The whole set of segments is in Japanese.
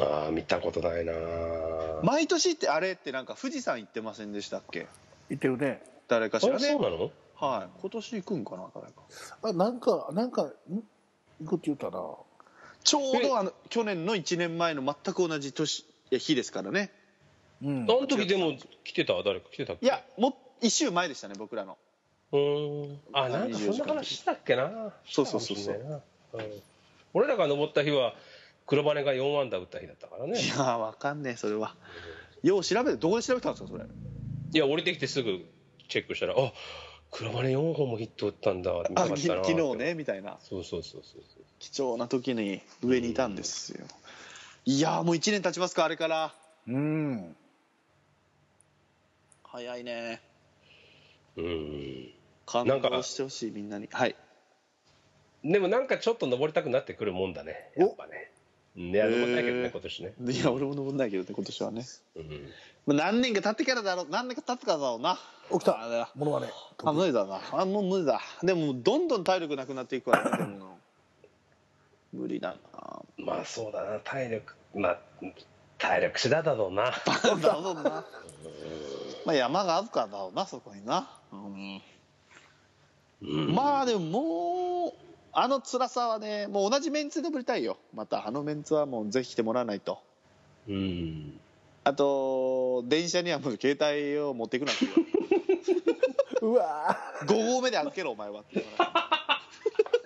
ああ、見たことないなー毎年ってあれってなんか富士山行ってませんでしたっけ行ってるね誰かしあらそねうなのはい今年行くんかな誰かあなんかなんかん行くって言ったなちょうどあの去年の1年前の全く同じ年いや日ですからねうんあの時でも来てた誰か来てたっけいやもう1週前でしたね僕らのうーんあなんかそんな話したっけなそうそうそうそうしたかもしんないなうん俺らが登った日は黒羽が4アンダー打った日だったからねいやーわかんねえそれはよう調べてどこで調べたんですかそれいや降りてきてすぐチェックしたらあ黒羽4本もヒット打ったんだ見たあかっ昨たな日ねみたいなそうそうそうそうそう貴重な時に上にいたんですよいやーもう1年経ちますかあれからうん早いねうん感なん動かしてほしいみんなにはいでもなんかちょっと登りたくなってくるもんだねやっぱねうんいや登りたいけどへねー今年ね、いや俺も登んないけどね今年はねうん、まあ何年か経ってからだろう何年か経ってからだろうな起きたあれだものはねあ無理だなあもう無理だでもどんどん体力なくなっていくからねでも無理だなまあそうだな体力まあ体力次第だろうなバカだろうなまあ山があるからだろうなそこにな、うんまあでももうあの辛さはねもう同じメンツでぶりたいよまたあのメンツはもうぜひ来てもらわないとうんあと電車にはもう携帯を持っていくなって言うわうよ5合目で預けろお前はって言われ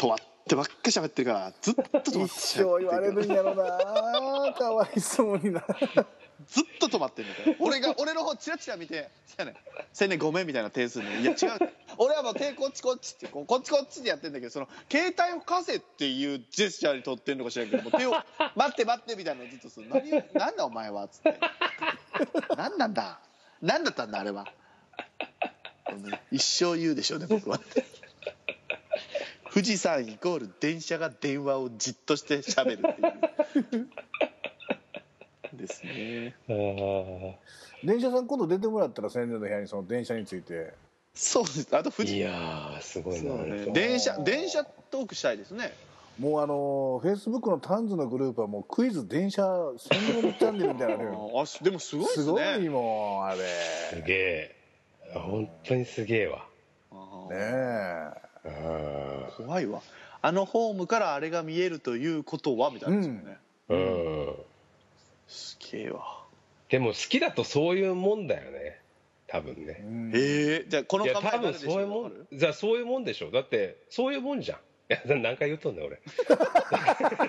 止まってばっか喋ってるからずっと止まっー一て生言われるんやろなかわいそうにな ずっと止まってんだから俺が俺の方チラチラ見て「せやねんせんねんごめん」みたいな点数ねいや違う俺はもう手こっちこっちってこうこっちこっちでやってんだけどその携帯を貸せっていうジェスチャーに取ってんのか知らんけどもう手を「待って待って」みたいなのずっとする何を「何だお前は」っつって「何なんだ何だったんだあれは」一生言うでしょうね僕は富士山イコール電車が電話をじっとして喋るっていうですねあー電車さん今度出てもらったら先生の部屋にその電車についてそうですあと富い士やーすごいな、そうなんねか電車電車トークしたいですねもうあのフェイスブックのタンズのグループはもうクイズ電車専門チャンネルみたいなのあるよあしでもすごいですすごねいもんあれすげえ本当にすげえわあねーえうん怖いわあのホームからあれが見えるということはみたいなですよね、うんうんすげえわでも好きだとそういうもんだよね多分ねうんえー、じゃあこのいや考え多誰分でしそうょいううもわんかるじゃあそういうもんでしょだってそういうもんじゃんいや何回言うとんねん俺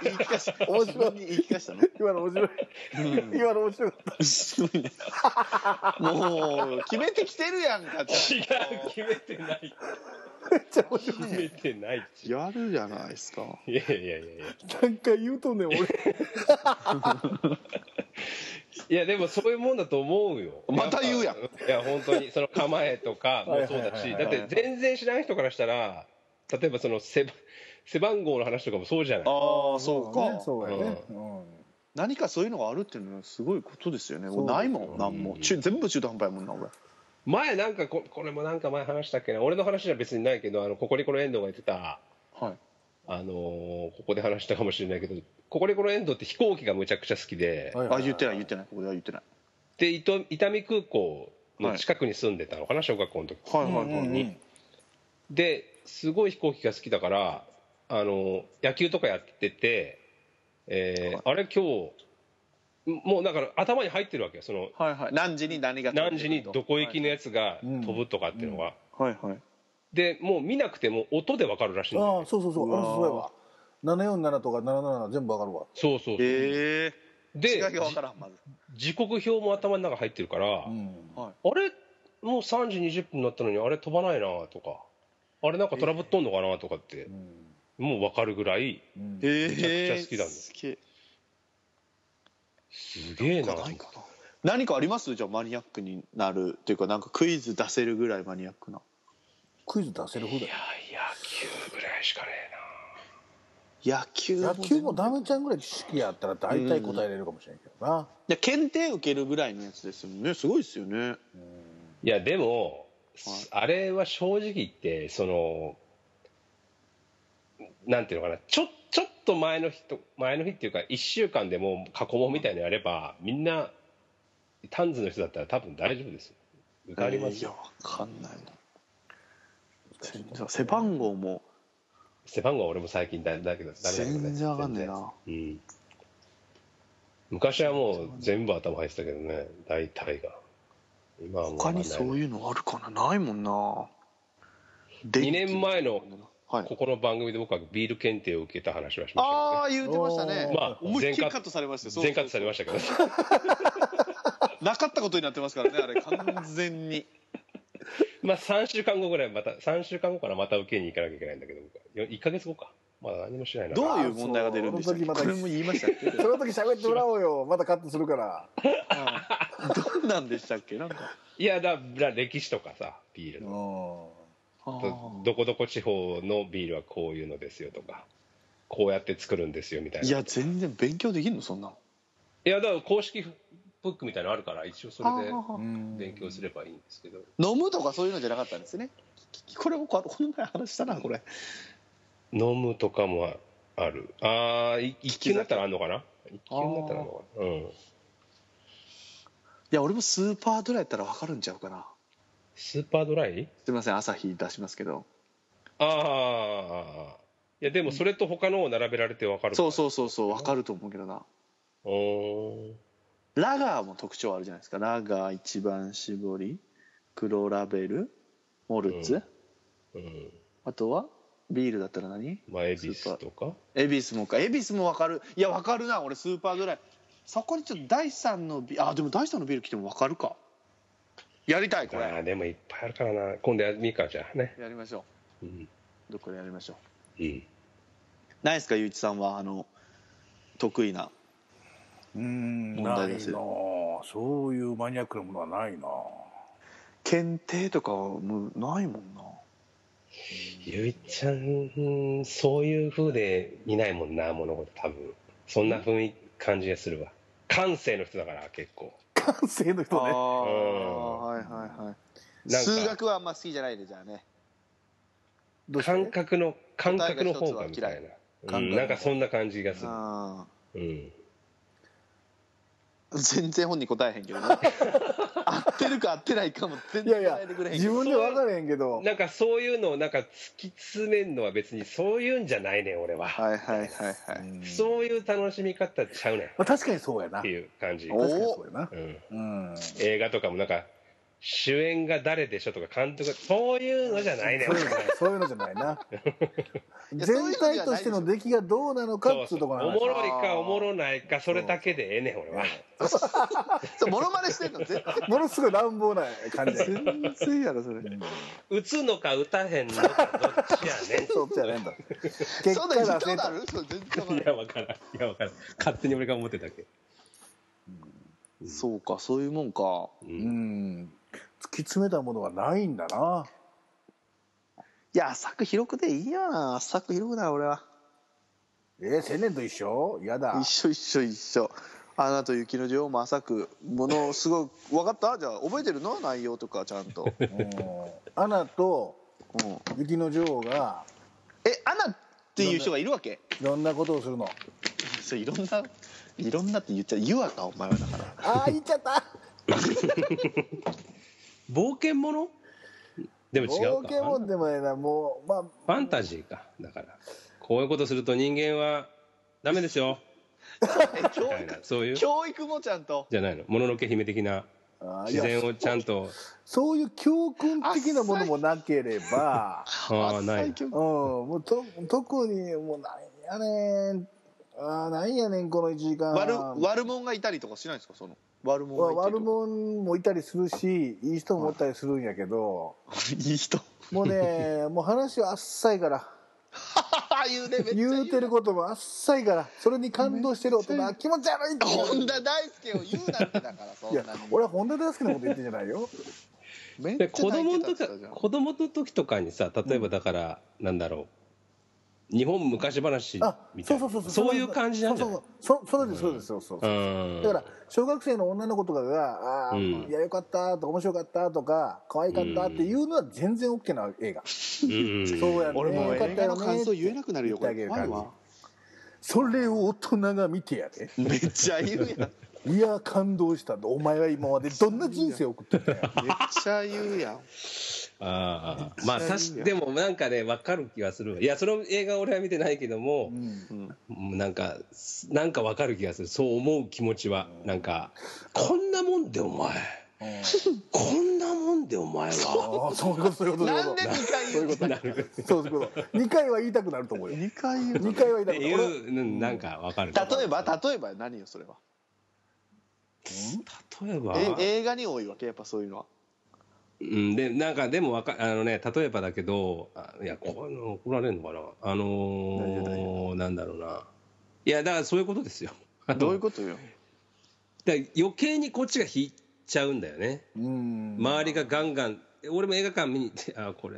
言い聞かし面白い自分に言い聞かしたの今の面白い今の面白かったすごいねもう決めてきてるやんか違ちゃんう決めてないめっちゃ面白い 決めてないとやるじゃないですかいやいやいやいや何回言うとんねん俺いやでもそういうもんだと思う よまた言うやんっぱいや本当にその構えとかもそうだはいはいしはいだはっいて全然知らない人からしたら例えばその背番背番号の話とかもそうじゃないああそうかねそうやねうん何かそういうのがあるっていうのはすごいことですよね俺ないもんなんもうん中全部中途半端やもんな俺前なんかここれもなんか前話したっけな俺の話じゃ別にないけどあのココリコの遠藤が言ってたはいあのーここで話したかもしれないけどココリコの遠藤って飛行機がむちゃくちゃ好きで、はいはいあ言ってない言ってないここでは言ってないで伊都伊丹空港の近くに住んでたのかな、小学校の時はいはいうんうんうんですごい飛行機が好きだからあの野球とかやってて、えーはいあれ今日んもうだから頭に入ってるわけよそのはいはい何時に何が何時にどこ行きのやつがうん飛ぶとかっていうのが、はいはいでもう見なくても音でわかるらしいんだよあねあそうそうそううわあーそうやわ747とか777全部わかるわそうそうそう、ええで違いが分からんまずじ時刻表も頭の中入ってるから、うんあれもう3時20分になったのにあれ飛ばないなとかあれなんかトラブっとんのかなとかって、もうわかるぐらいうんえめちゃくちゃ好きだねすげえすげえなないかな何かありますじゃあマニアックになるっていうかなんかクイズ出せるぐらいマニアックなクイズ出せる方だよ野球ぐらいしかねえな野球野球もだダメちゃんぐらい知識があったら大体答えれるかもしれんけどな、検定受けるぐらいのやつですよねすごいですよねいやでも、あれは正直言ってそのなんていうのかなちょちょっと前の日と前の日っていうか1週間でもう過去問みたいなのやればみんなタンズの人だったら多分大丈夫ですよ受かりますいやよ、わかんないな背番号も背番号は俺も最近だだけどダメだけどね全然わかんないな全然うん昔はもう全部頭入ってたけどね大体が今はもう他にそうういうのあるかなないもんな2年前のはいここの番組で僕はビール検定を受けた話はしましたけどねああ言うてましたねおーまあ思いっ全きりカカットされましたよ全カットされまししたけど たなかったことになってますからねあれ完 全にまあ3週間後ぐらいまた3週間後からまた受けに行かなきゃいけないんだけど僕1か月後かまだ何もしないなどういう問題が出るんでしたっけあーそうこれも言いましたっ けその時喋ってもらおう よまたカットするからうんどんなんでしたっけなんかいやだだ歴史とかさビールうのんあどーどこどこ地方のビールはこういうのですよとかこうやって作るんですよみたいないや全然勉強できんのそんなのいやだから公式ブックみたいなのあるから一応それであー勉強すればいいんですけど飲むとかそういうのじゃなかったんですねこれもここの前話したなこれ飲むとかもあるああ一級になったらあんのかな一級になったらあんのかなうんいや俺もスーパードライやったら分かるんちゃうかなスーパードライすいません朝日出しますけどああいやでもそれと他のを並べられて分かるからそうそうそうそう分かると思うけどなうーんラガーも特徴あるじゃないですかラガー一番搾り黒ラベルモルツ、うんうんあとはビールだったら何まあ恵比寿とかエビスもかエビスも分かるいや分かるな俺スーパードライそこにちょっと第三のビあでも第三のビール来ても分かるかやりたいこあれあでもいっぱいあるからな今度やみかじゃあねやりましょうん、うどこでやりましょううん、ないですかゆういちさんはあの得意なうん問な題いなですそういうマニアックなものはない な検定とかはもうないもんなゆいちゃんうんそういう風でいないもんな物事多分そんな雰囲気感じがするわ感性の人だから結構感性の人あねあうんはいはいはいなんか数学はあんま好きじゃないでじゃあねどうして感覚の感覚の方がみたいな、う答えが一つは嫌いん、なんかそんな感じがするあうんー全然本に答えへんけ どね合ってるか合ってないかも全いや然いや答えてくれへんけ自ど分で分かれへんけどなんかそういうのをなんか突き詰めるのは別にそういうんじゃないねん俺は、はいはいはいはいうんそういう楽しみ方ちゃうねんっまあ確かにそうやなていう感じ、おう、確かにそうやなんうん映画とかもなんか主演が誰でしょとか監督がそういうのじゃないねんそういうのじゃないそういうのじゃないなや そういうの全じゃない体としての出来がどうなのかっつそううとそうこおろもろいかおもろないかそれだけでええねん俺はそうモノマネしてんの全ものすごい乱暴な感じや 然全然やろそれ打つのか打たへんのかどっちやねんそうじゃねえんだ結そ果んなに言ったこ出せとあたるそう全然わかんいや分からなんいや分からん勝手に俺が思ってたけどいそうかそういうもんかううんん突き詰めたものがないんだないや浅く広くでいいよな浅く広くな俺はえー、千年と一緒やだ一緒一緒一緒アナと雪の女王も浅くものすごい分かったじゃあ覚えてるの内容とかちゃん と、うん、うんアナとえ雪の女王がアナっていう人がいるわけいろんなことをするのそういろんないろんなって言っちゃう言うわかお前はだからああ言っちゃった冒険者で も違冒うか険もんでもねえなもうまあファンタジーかだからこういうことすると人間はダメですよ えみ教たいな育そういう教育もちゃんとじゃないのもののけ姫的なあーい自や然をちゃんとそういう教訓的なものもなければああない最強うん、もうと特にもうなんやねんあーなんやねんこの1時間悪悪者がいたりとかしないんですかその悪者がわいたりと悪か者もいたりするしいい人もおったりするんやけどいい人も うねもう話はあっさいから 言うねめっちゃ言う言うてることもあっさいからそれに感動してる大人は気持ち悪いって言本う田大輔を言うなんてだからそんいなやに俺は本田大好きなこと言ってんじゃないよめっちでゃ子供の泣い時てたかって言ってたじゃん子供の時とかにさ例えばだから、なんだろう日本昔話あみたいそうそなうそうそうそういう感じなんじゃないそうそうそうそそうですそうですそうそうそううんだから小学生の女の子とかが「あうあんー、いやよかった」とか「面白かった」とか「可愛かった」っていうのは全然 OK な映画、うん そうやね俺もうよかっ映た画よのね感想言えなくなるよこ言れってあげ怖るい感じわそれを大人が見てやでめっちゃ言うやんいや感動したお前は今までどんな人生を送ってきたん やめっちゃ言うやんああまあめっちゃいい確やんかでもなんかね分かる気はするいやその映画俺は見てないけどもう、んうんなんかなんか分かる気がするそう思う気持ちはなんかこんなもんでお前うんこんなもんでお前はああそういうことそういうことなんで2回そ言ういううことそういうことそういうこと2回は言いたくなると思うよ2回言う2回は言いったてくいなる俺ううんなんか分かる例えば例えば何よそれは例えばえ映画に多いわけやっぱそういうのはうん、でなんかでもわかあのね例えばだけどあいやこういうの怒られるのかなあの大丈夫大ーなんだろうないやだからそういうことですよあのどういうことよだから余計にこっちが引いちゃうんだよねうん周りがガンガン俺も映画館見に行ってあこれ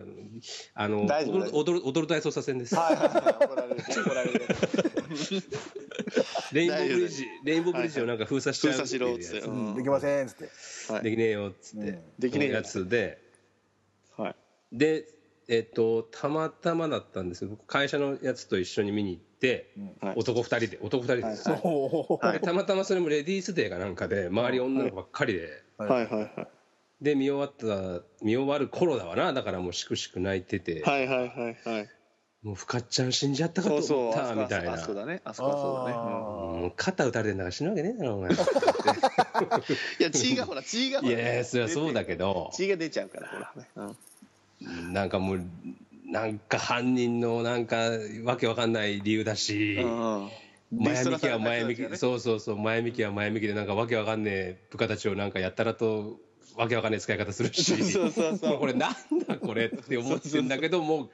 あの大丈踊夫る踊る踊る大捜査線ですはいはいはい怒られる怒られるレインボーブリッジレインボーブリッジをなんか封鎖しちゃう封鎖しろっつってやつうんできませんっつってはいできねえよっつって、うんできねえよやつではいでえっとたまたまだったんですけど会社のやつと一緒に見に行って、はい男2人で男2人です、はいおーでたまたまそれもレディースデーかなんかで周り女の子ばっかりで、はいはいはいで見終わった見終わる頃だわなだからもうしくしく泣いてて、はいはいはいはいもうふかっちゃん死んじゃったかとそうそ思うったあそこみたいなあそこあそこだねあそこはそうだねうんあもう肩打たれてんだから死ぬわけねえだろお 前いや血がほら血がほいらやいやそりゃそうだけど血が出ちゃうからほらねうんなんかもうなんか犯人のなんかわけわかんない理由だし、うん前向きは前デ向ィストラされた人たちがきねそうそうそう前向きは前向きでなんかわけわかんねえ部下たちをなんかやったらとわけわかんねえ使い方するしそうそうそうもこれなんだこれって思ってんだけどもう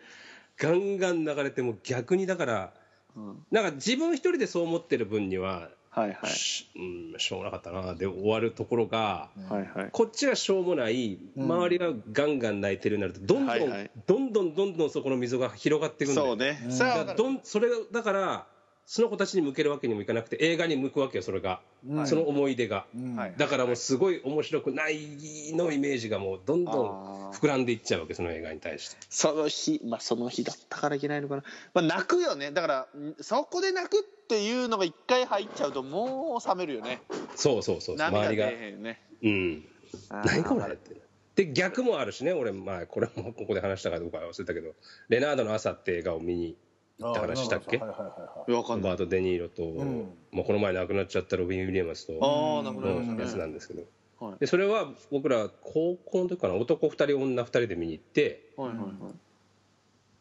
ガンガン流れてもう逆にだからうんなんか自分一人でそう思ってる分には、はいはいしうん、しょうもなかったなで終わるところが、はいはいこっちはしょうもない周りがガンガン泣いてるようになるとどんどん、はいはいどんどんどんどんそこの溝が広がっていくんだよそうねうんさあだかわからるどんそれがだからその子たちに向けるわけにもいかなくて映画に向くわけよそれが、うんその思い出が、うんはいだからもうすごい面白くないのイメージがもうどんどんあー膨らんでいっちゃうわけその映画に対してその日まあその日だったからいけないのかな、まあ、泣くよねだからんそこで泣くっていうのが一回入っちゃうともう冷めるよねそうそうそう周涙り出がえへんよねうんあー何これってで逆もあるしね俺前これもここで話したかどうか忘れたけど「レナードの朝」って映画を見に行った話したっけはいはいはいはいわかロんないバート・デ・ニーロと、んもうこの前亡くなっちゃったロビン・ウィリアムスとああなくなりまのやしつたなねんですけど、はいでそれは僕ら高校の時かな男2人女2人で見に行ってはいはいはい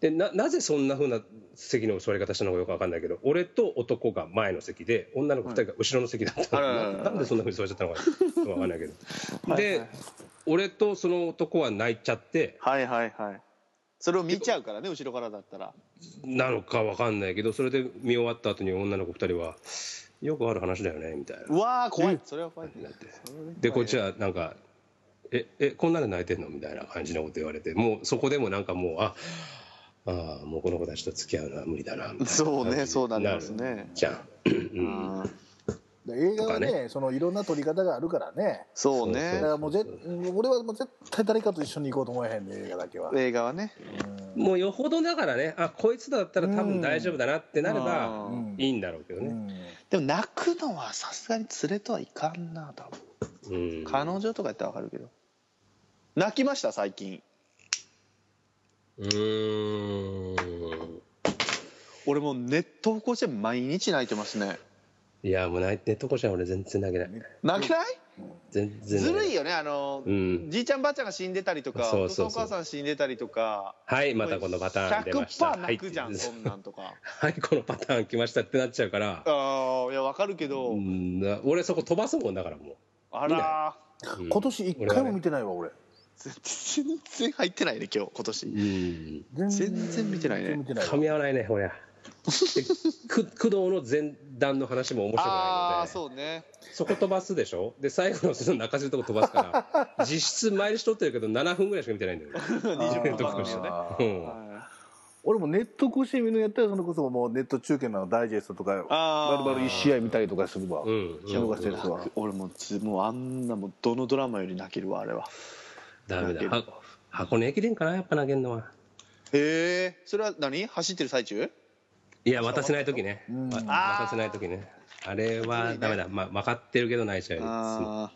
でななぜそんなふうな席の座り方したのかよく分かんないけど俺と男が前の席で女の子2人が後ろの席だったの、はいあらららならなんでそんなふうに座っちゃったのか分かんないけどはいで俺とその男は泣いちゃってはいはいはいそれを見ちゃうからね後ろからだったらなのか分かんないけどそれで見終わった後に女の子2人は「よくある話だよね」みたいなうわー怖いそれは怖いなってでこっちはなんか「ええこんなんで泣いてんの?」みたいな感じのこと言われてもうそこでもなんかもうあああもうこの子たちと付き合うのは無理だなみたいなそうね感じそうなりまするねじゃんうんで映画はとねかそのいろんな撮り方があるからねそそうだねからもうぜ俺はもう絶対誰かと一緒に行こうと思えへんね映画だけは映画はねもうよほどだからねあこいつだったら多分大丈夫だなってなればうんうんいいんだろうけどね、でも泣くのはさすがに連れとはいかんな多分うん、彼女とかやったらわかるけど泣きました最近うーん俺もうネットをこうして毎日泣いてますねいやもう泣いてとこじゃ俺全然泣けない泣けない全然ず泣けなるいよねあの、うんじいちゃんばあちゃんが死んでたりとかそうおそ父さんうおそう母さん死んでたりとかはいまたこのパターン出ました100%泣くじゃん、はいそんなんとか はいこのパターン来ましたってなっちゃうからああいやわかるけど、うんな俺そこ飛ばすもんだからもあらう、うん今年一回も見てないわ俺全然入ってないね今日今年うん全然見てないね全然見てないわ噛み合わないねほりゃで く工藤の前段の話も面白くないあのあでそうねそこ飛ばすでしょで最後のその泣かせるとこ飛ばすから実質毎日撮ってるけど7分ぐらいしか見てないんだよね20分番特組集よねあうーんは俺もネット越し見るのやったらそれこそもうネット中継のダイジェストとかあーバルバル1試合見たりとかするわうんうん見逃してるわい俺もうつもうあんなもうどのドラマより泣けるわあれはダメ泣けだるは箱根駅伝かなやっぱ投げんのはへえそれは何走ってる最中いや渡せない時ね、うんわあー渡せない時ねあれはダメだ、ま、分かってるけど泣いちゃうやあ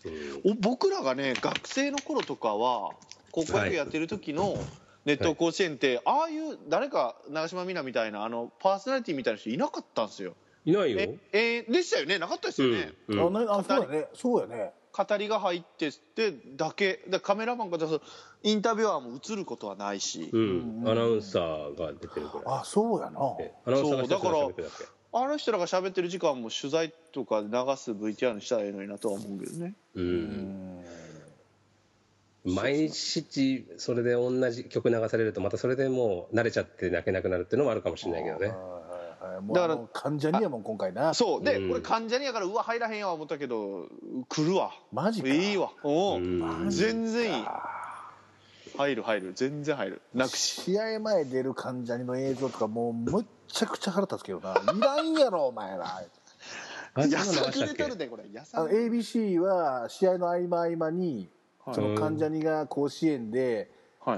つうんーお僕らがね学生の頃とかは高校野球やってる時の熱湯甲子園って、ああいう誰か長島みなみたいなあのパーソナリティみたいな人いなかったんですよいないよ、ええーでしたよねなかったですうよね、んうんあなあそうやねそうやね語りが入ってってだけでカメラマンからインタビュアーも映ることはないし、うんうんアナウンサーが出てるぐらいあそうやなでアナウンサーが一つだけ喋ってるだけあの人らが喋ってる時間も取材とかで流す VTR にしたらいいのになとは思うけどねうん毎日それで同じ曲流されるとまたそれでもう慣れちゃって泣けなくなるっていうのもあるかもしれないけどねはいはいはいもうだからあの患者にやもん今回なそうで、うんこれ関ジャニやからうわ入らへんやわ思ったけど来るわマジかいいわおううん全然いい入る入る全然入るなくし試合前出る患者にの映像とかもうむっちゃくちゃ腹立つけどないらんやろお前らあれやそんなのさ流しぐたっれけとるでこれやあさのぐれ ABC は試合の合間合間にはいその患者にが甲子園では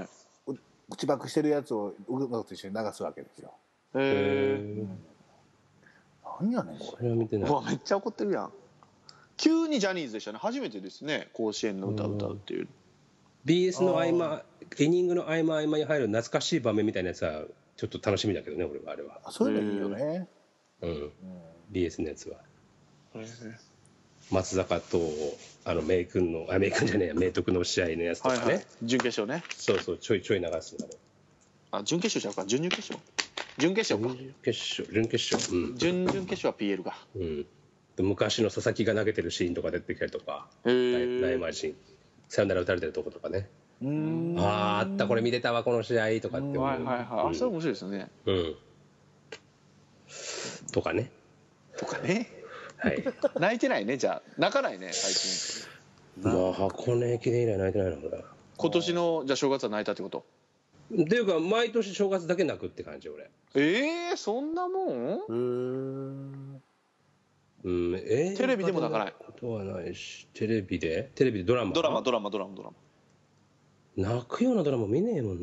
い口爆してるやつを音楽と一緒に流すわけですよへえーなんやねんこそれは見てーなういわめっちゃ怒ってるやん急にジャニーズでしたね初めてですね甲子園の歌歌うっていう BS の合間イニングの合間合間に入る懐かしい場面みたいなやつはちょっと楽しみだけどね俺はあれはれそういうのいいよねうん、BS のやつはへー松坂とあの名君のあ名君じゃねえや明徳の試合のやつとかはいね、はい準決勝ねそうそうちょいちょい流すんだねあ準決勝ちゃうか準々決勝準決勝か準決勝準決勝うん、準々決勝は PL かうん、で昔の佐々木が投げてるシーンとか出てきたりとかへー大前シーンサヨナラ打たれてるとことかねうんあーあったこれ見てたわこの試合とかって思う、はいはいはいあそれ面白いですねうん、とかねとかねはい泣いて ないねじゃあ泣かないね最近まあ箱根駅伝以来泣いてないなこれ今年のじゃあ正月は泣いたってことっていうか毎年正月だけ泣くって感じ俺ええそんなもんへーうんえテレビでも泣かないことはないしテレビでテレビでドラマドラマドラマドラマドラ泣くようなドラマ見ねえもん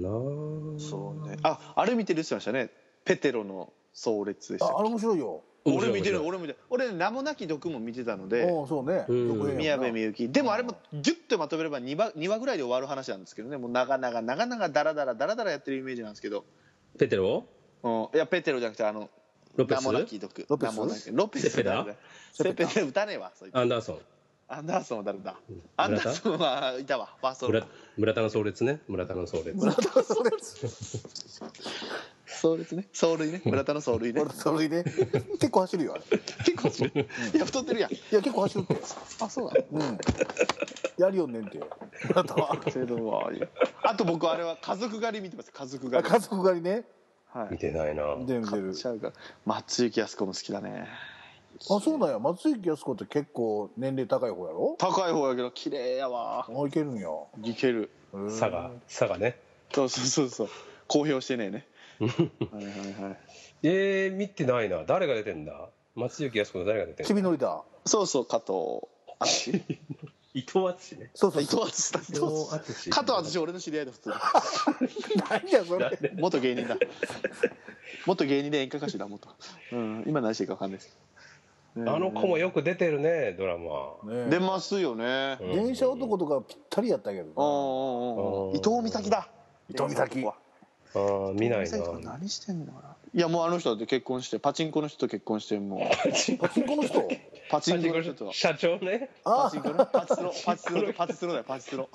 マなそうねああれ見てるって言ってましたねペテロの葬列でしたああれ面白いよ面俺白い見てる面俺見てる俺名もなき毒も見てたのあであそうねうんよくええ宮やんな部 みゆきでもあれもギュッとまとめれば2話 ,2 話ぐらいで終わる話なんですけどねもう長々長々ダラダラダラダラやってるイメージなんですけど、ペテロうん、いやペテロじゃなくてあのロペ名スもなき毒ロペス名もなきロペスセペダセペダ歌ねえわそいつアンダーソンアンダーソンは誰だアンダーソンはいたわファースト村村田の葬列ね村田の葬列走塁ね走塁ね村田の走塁ね俺それで結構走るよあれ結構走るいや太ってるやんいや結構走るってあそうだうんやりよんねんてあなたはセドはあと僕あれは家族狩り見てます家族狩あり家族狩りねは見いてないな見てる見て買るっちゃうから松雪康子も好きだねあそうなんや松雪泰子って結構年齢高い方やろ高い方やけど綺麗やわあいけるんやいける佐賀佐賀ねそうそうそうそう公表してねえねはいはいはいえー、見てないな誰が出てんだ松雪泰子の誰が出てんちだびのりだそうそう加藤 淳伊藤淳ねそうそ う伊藤そう淳だ伊藤伊藤淳加藤淳俺の知り合いだ普通に何やそれ元芸人だ元芸人で演歌歌手だ元、うん、今何してるか分かんないですあの子もよく出てるねドラマね出ますよね、うん電車男とかぴったりやったけどおーおーおーうん伊藤美咲だ伊藤美咲伊はあー見ない伊藤美咲とかな何してんのかないやもうあの人だって結婚してパチンコの人と結婚し てもうなパチンコの人 パチンコの人と社長ねパあチンコねパチスロパチスロパチスロだよパチスロ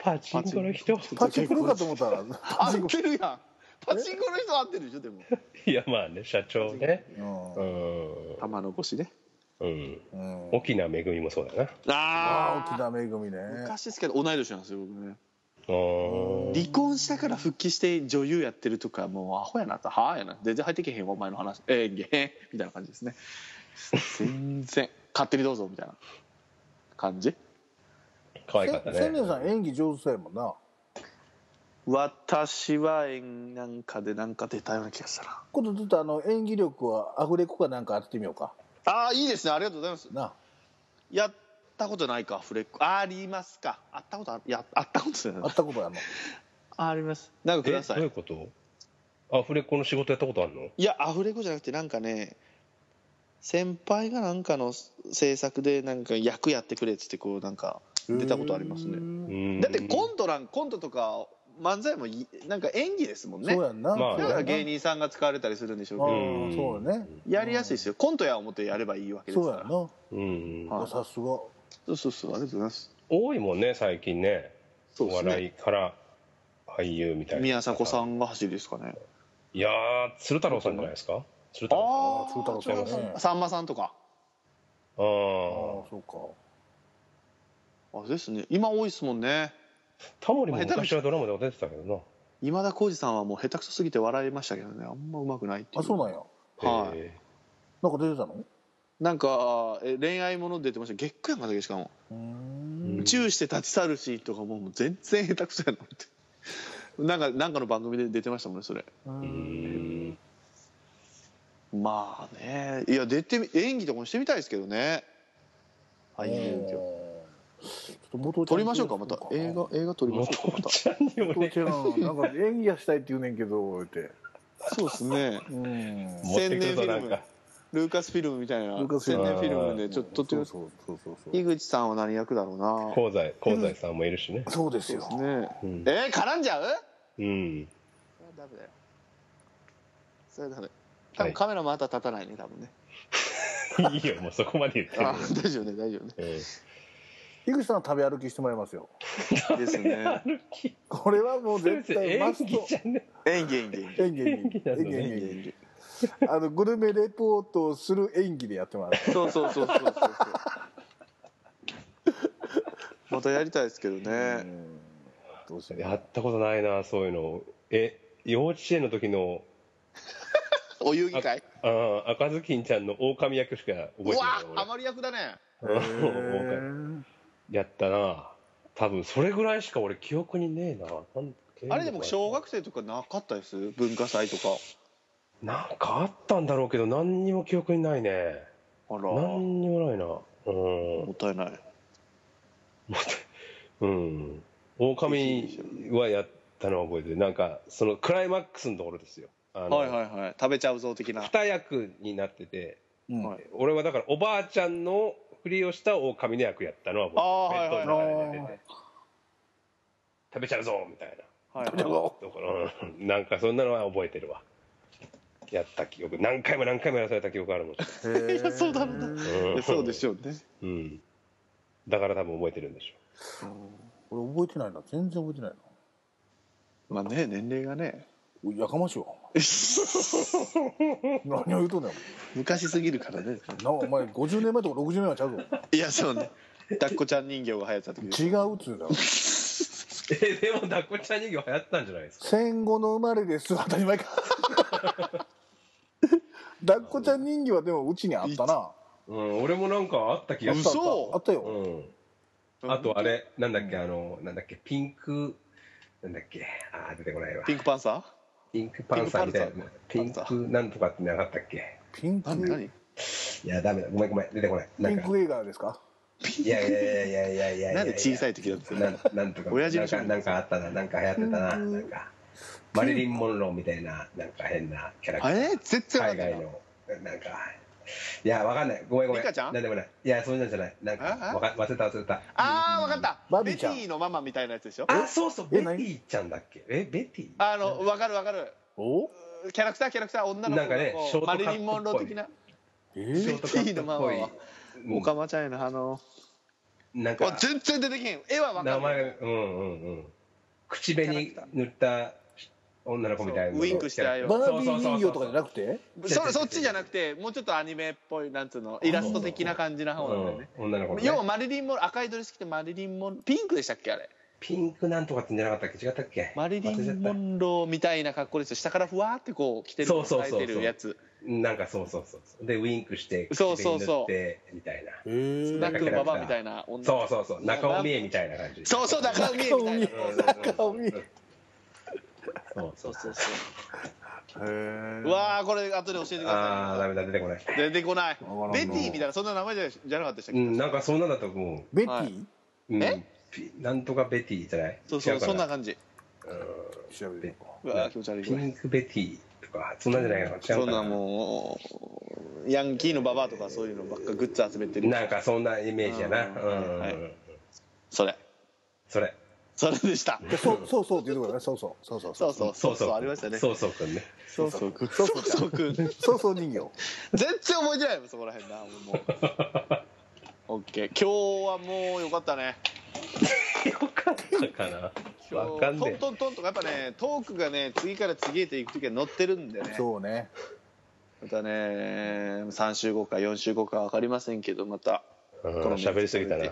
パチンコの人パチンコかと思ったら合ってるやんパチンコの人合ってるでしょでもいやまあね社長ねううん玉の腰ねうんんうん沖縄めぐみもそうだなあああ沖縄恵みね昔ですけど同い年なんですよ僕ねうん離婚したから復帰して女優やってるとかもうアホやなとはあやな全然入ってけへんわお前の話ええんげへんみたいな感じですね全然勝手にどうぞみたいな感じ可愛かったせ千ね年さん演技上手そうやもんな私は縁なんかでなんか出たような気がしたな今度ちょっとあの演技力はアフレコかなんか当ててみようかああいいですねありがとうございますなやったことないかフレックありますかあったことあいやあったことないあったことやのありますなんかくえださどういういことアフレコの仕事やったことあるのいやアフレコじゃなくてなんかね先輩がなんかの制作でなんか役やってくれっつってこうなんか出たことありますねうねんだってコントなんコントとか漫才もいなんか演技ですもんねそうやんな、まあだから芸芸人さんが使われたりするんでしょうけどんうんそうやねやりやすいですよコントや思ってやればいいわけですそうかやらなうんはいさすがそうそうそうありがとうございます多いもんね最近ねそうでおす笑ねいから俳優みたいな宮迫さんんが走りですかねいやー鶴太郎さんじゃないですか鶴太郎あ鶴太郎さんねあさんまさんとかさんあああそうかあですね今多いですもんねあタモリも下手な昔はドラマで出てたけどな今田耕司さんはもう下手くそすぎて笑いましたけどねあんまうまくないっていうあそうなんやはいへなんか出てたのなんかえ恋愛もの出てました月下やんかだけしかもうーうんんチューして立ち去るシーンとかももう全然下手くそやなってなんかなんかの番組で出てましたもんねそれーうーんまあねいや出てみ演技とかもしてみたいですけどねあ俳優業ちょっと元撮りましょうかまた映画映画撮りましょうかま元たちゃんにも父ねちゃんなんか演技がしたいって言うねんけど言うて そうですねうん持ってくるとなん宣伝フィルムかルーカスフィルムみたいなルーカス宣フィルム伝フィルムでちょっと撮ってみそうますそうそうそうそ井う口さんは何役だろうな香西香西さんもいるしねそうですよねうんえー、絡んじゃううん それはダメだよそれはダメ多分カメラも後は立たないね多分ね、いいよもうそこまで言ってあー大丈夫ね大丈夫ねる井口さんは食べ歩きしてもらいますよですねうん歩きこれはもう 絶対演マス技トじゃね演技演技演技演技演演技技なのね演演技技演演技技あのグルメレポートをする演技でやってもらうそうそうそうそうそうそうまたやりたいですけどうね、んどうしようやったことないなそういうのえ幼稚園の時のお遊戯会あー赤ずきんちゃんの狼役しか覚えてうないわ俺ハマり役だねへーーやったな多分それぐらいしか俺記憶にねえななんあれでも小学生とかなかったです文化祭とかなんかあったんだろうけど何にも記憶にないねあらも何にもないなうったいないんうん狼はやったのは覚えてるなんかそのクライマックスのところですよあの、はいはいはい食べちゃうぞ的な二役になっててうんはい俺はだからおばあちゃんのふりをした狼の役やったのはああもうはいは弁い当の中で出てて食べちゃうぞみたいなはい食べちゃうぞだから うんなんかそんなのは覚えてるわやった記憶何回も何回もやらされた記憶あるもん、へーいや そうだろうなういやん、 そうでしょうねうんだから多分覚えてるんでし俺覚えてないな全然覚えてないまあね年齢がねなうやかましいわお前何を言うとんねん昔すぎるからねなお前50年前とか60年前ちゃうぞいやそうね抱っこちゃん人形が流行った時です違うっつうんだよょえでもダコちゃん人形流行ったんじゃないですか戦後の生まれです当たり前か 抱っこちゃん人形はでもうちにあったなうん俺もなんかあった気がするあ嘘ったよ、うんあとあれなんだっけあのなんだっけピンクなんだっけあー出てこないわピンクパンサーピンクパンサーみたいなピピンンクパンサークなんとかってなかったっけピン何ク何いやダメだごめんごめん出てこないピなんンかク映画ですかいやいやいやいやいやいやいやなんで小さい時だったなんなんとか親父なのんか趣味なんかあったななんか流行ってたななんかマリリン・モンローみたいななんか変なキャラクタあーれ絶対わか海んない外のなんかいやわかんないごめんごめんリカちゃんなんでもないいやそういうんじゃないなんかああわか忘れた忘れたああわかったバビベーちテゃんィのママみたいなやつでしょあそうそうえベティちゃんだっけえベティあのわかるわかるおキャラクターキャラクター女の子なんかねこうショートカマットっリぽいリン・モンロー的なえショーートカットっぽいベティのママはうんオカマちゃんやなあのなんわか全然出てけん絵はわか名る前うんうんうん口紅塗った女の子みたいなそうウインクしてああいうバービー人形とかじゃなくてそそっちじゃなくてもうちょっとアニメっぽいなんつうのイラスト的な感じな方なんだよねうん女の子のね要はマリリン・モン赤いドレス着てマリリン・モンピンクでしたっけあれピンクなんとかってんじゃなかったっけ違ったっけマリリ忘れちゃっン・たモンローみたいな格好ですよ下からふわーってこう着てるそうそうそうそう着てるやつなんかそうそうそうそうでウインクしてそうそうそ口紅う塗ってみたいなスえーナックのババアみたいな女そうそうそう中尾美恵みたいな感じそうそう中尾美恵みたいなうん中尾美恵そうそううそそそううそうへうわーこれ後で教えてくだああダさメだ出てこないい出てこないからんなベティみたいなそんな名前じゃじゃなかったでしたうっけ、んなんかそんなんだと思ベティ、ははいううんえピなんとかベティじゃないそうそう違かそんなな感じ調べてみようかうわー気持ち悪いピこれンク・ベティとかそんなんじゃないかな違うかそんなもうヤンキーのババアとかそういうのばっかグッズ集めてるなんかそんなイメージやなううんん、はいそれそれそれでしたでそうそうそうっていうところだねそうそうそうそうそうそうそうそうありましたねそうそうくんねそうそうくんそそううそうそうくん全そうそう人形然覚えてないもんそこら辺なもうもうオッケー今日はもうよかったねよかったかな今わかん日トねントントンとかやっぱねトークがね次から次へと行く時は乗ってるんでねそうねまたね3週後か4週後か分かりませんけどまたえうん喋りすぎたな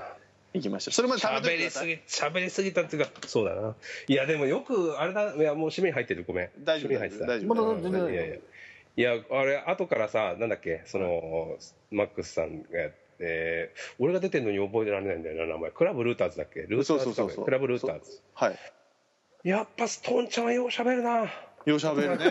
行きましょうそれまで食べ喋てくりださすいぎ喋りすぎたっていうかそうだないやでもよくあれだいやもう締めに入ってるごめん大丈夫締めに入ってた大丈夫まだうん全然いやいやいやあれ後からさなんだっけその、マックスさんがやって俺が出てるのに覚えてられないんだよな名前クラブルーターズだっけルーターズそうそうそうそうクラブルーターズはいやっぱストーンちゃんはよう喋るなようしゃべるね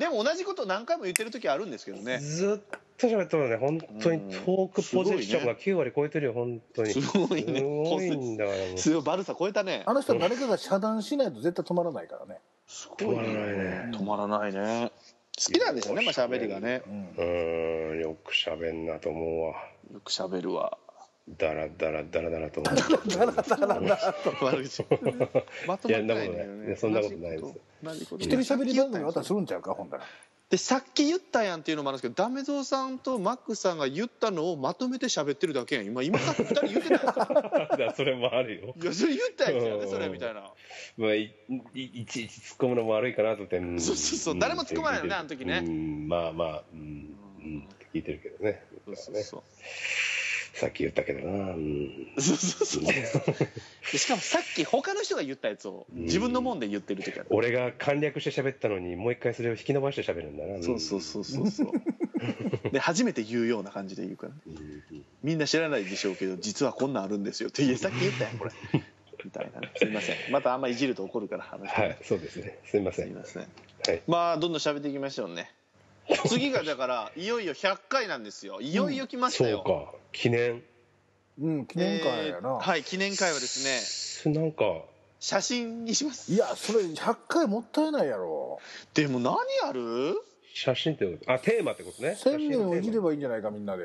でも同じこと何回も言ってる時あるんですけどねずっと喋ってるね本当にうんトークポジションが9割超えてるよ本当にすごいねすごいんだからもうすごいバルサ超えたねあの人は誰かが遮断しないと絶対止まらないからねすごいね止まらないね好きなんでしょうねまあしゃべりがねうんうーんよく喋んなと思うわよくしゃべるわダラダラダラダラと思悪口まとまってないんだよねいやそんなことないいやそんなことないです同じこと一同じ人こと喋り番組あったらするんちゃうかほんだらでさっき言ったやんっていうのもあるんですけどダメゾウさんとマックさんが言ったのをまとめて喋ってるだけやん今今から二人言って たんですかうだそれもあるよいやそれ言ったやんよねそれみたいなまあ、いいいちいち突っ込むのも悪いかなと思ってん そうそうそうん誰も突っ込まないよねあの時ねうんまあまあうん、うん、って聞いてるけどねそうそうそうさっき言ったけどなうんそうそ うそうでしかもさっき他の人が言ったやつを自分のもんで言ってる時ある、俺が簡略して喋ったのにもう一回それを引き伸ばして喋るんだなそうそうそうそうそう で初めて言うような感じで言うからねうんみんな知らないでしょうけど実はこんなんあるんですよっていやさっき言った やんこれみたいなねすいませんまたあんまいじると怒るから話はがいそうですねすみますせいんませんはいまあどんどん喋っていきましょうね次がだからいよいよ100回なんですよいよいよ来ましそたよ、うか記念うん記念会やえーなはい記念会はですねすなんか写真にしますいやそれ100回もったいないやろでも何ある写真ってことあテーマってことね1000年をいじればばいいんじゃないかみんなで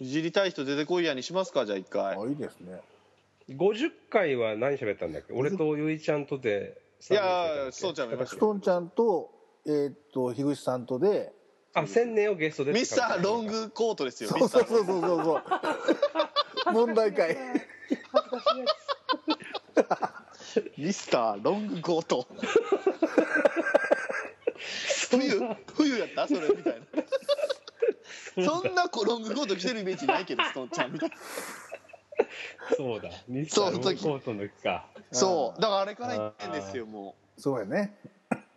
いじりたい人出てこいやにしますかじゃあ一あ回いいですね50回は何喋ったんだっけ俺とゆいちゃんとでいやーそううちゃん見ましスたよトーンちゃんとえーっと樋口さんとであ千年をゲストでミスターロングコートですよそミうスタそうーそうそうそうそ う問題会ミスターロングコート冬冬やったそれみたいなそんなこロングコート着てるイメージないけどストンちゃんみたいなそうだミスターロングコートの時かそうだからあれから言ってんですよもそうやね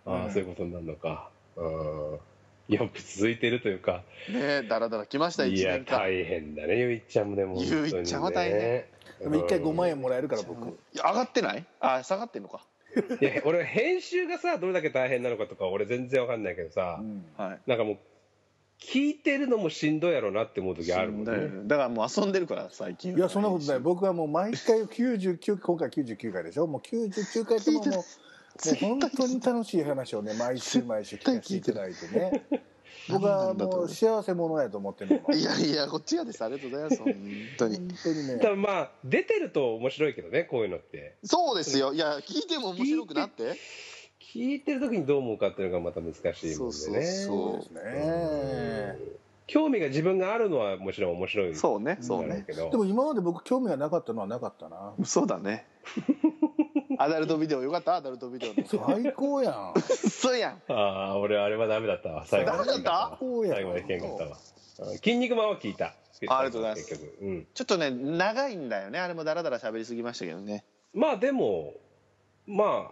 ああそういうことになるのかうんよく続いてるというかうねえダラダラ来ました1いや年間大変だねゆいちゃんもでも本当にねゆいちゃんは大変でも1回5万円円もらえるから僕いや上がってないあ下がってんのかいや俺編集がさどれだけ大変なのかとか俺全然わかんないけどさ、うんはいなんかもう聞いてるのもしんどいやろうなって思う時あるもんだよねねだからもう遊んでるから最近いやそんなことない僕はもう毎回99今回99回でしょもう99回とももうもう本当に楽しい話をね毎週毎週聞かせていただいてね僕はもう幸せ者やと思ってるのい本やいやこっちがですありがとうございます本当に当にねただまあ出てると面白いけどねこういうのってそうですよいや聞いても面白くなって聞いてる時にどう思うかっていうのがまた難しいもんでねそうそうですね興味が自分があるのはもちろん面白いそうねだそうろうねけどでも今まで僕興味がなかったのはなかっ たなそうだ ねアダルトビデオよかったアダルトビデオの最高やんそうやんああ俺あれはダメだったわ最後までダメだった最高やん最後まで聞けんかったわうん筋肉マンは聞いたあありがとうございます結局うんちょっとね長いんだよねあれもダラダラ喋りすぎましたけどねまあでもまあ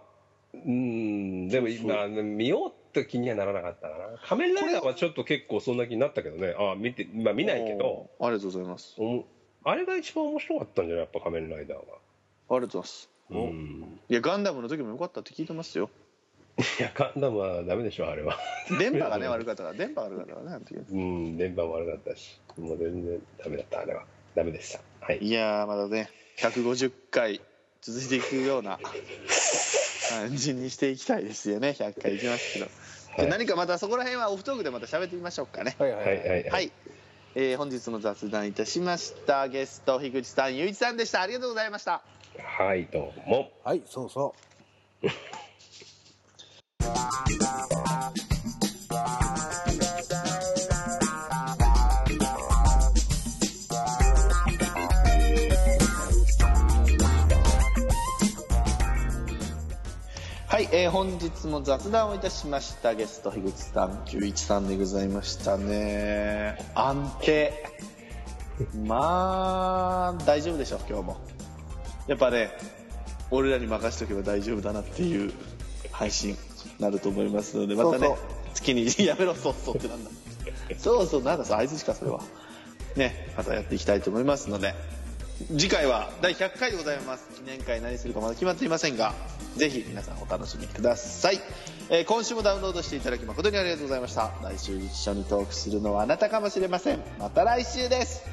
うんでも今見ようって気にはならなかったかな仮面ライダーはちょっと結構そんな気になったけどねああ見てまあ見ないけどおーありがとうございますおもあれが一番面白かったんじゃないやっぱ仮面ライダーはありがとうございますうんいやガンダムの時もよかったって聞いてま すよいやガンダムはダメでしょあれは電波がね悪かったから電波悪かったからねあの時はうん電波も悪かったしもう全然ダメだったあれはダメでしたはい いやーまだね150回続いていくような感じにしていきたいですよね100回いきますけど、じゃあ何かまたそこら辺はオフトークでまた喋ってみましょうかねはいははいいは、はいいは、はいい。えー本日も雑談いたしましたゲスト樋口さんゆういちさんでしたありがとうございましたはい、どうも。はい、そうそうはい、えー本日も雑談をいたしましたゲスト樋口さんゆういちさんでございましたね安定まあ大丈夫でしょう今日もやっぱね俺らに任せとけば大丈夫だなっていう配信になると思いますのでまたねそうそう月に やめろそうそうってなんだそうそうなんだそう合図しかそれはねまたやっていきたいと思いますので次回は第100回でございます記念会何するかまだ決まっていませんがぜひ皆さんお楽しみください、えー今週もダウンロードしていただき誠にありがとうございました来週一緒にトークするのはあなたかもしれませんまた来週です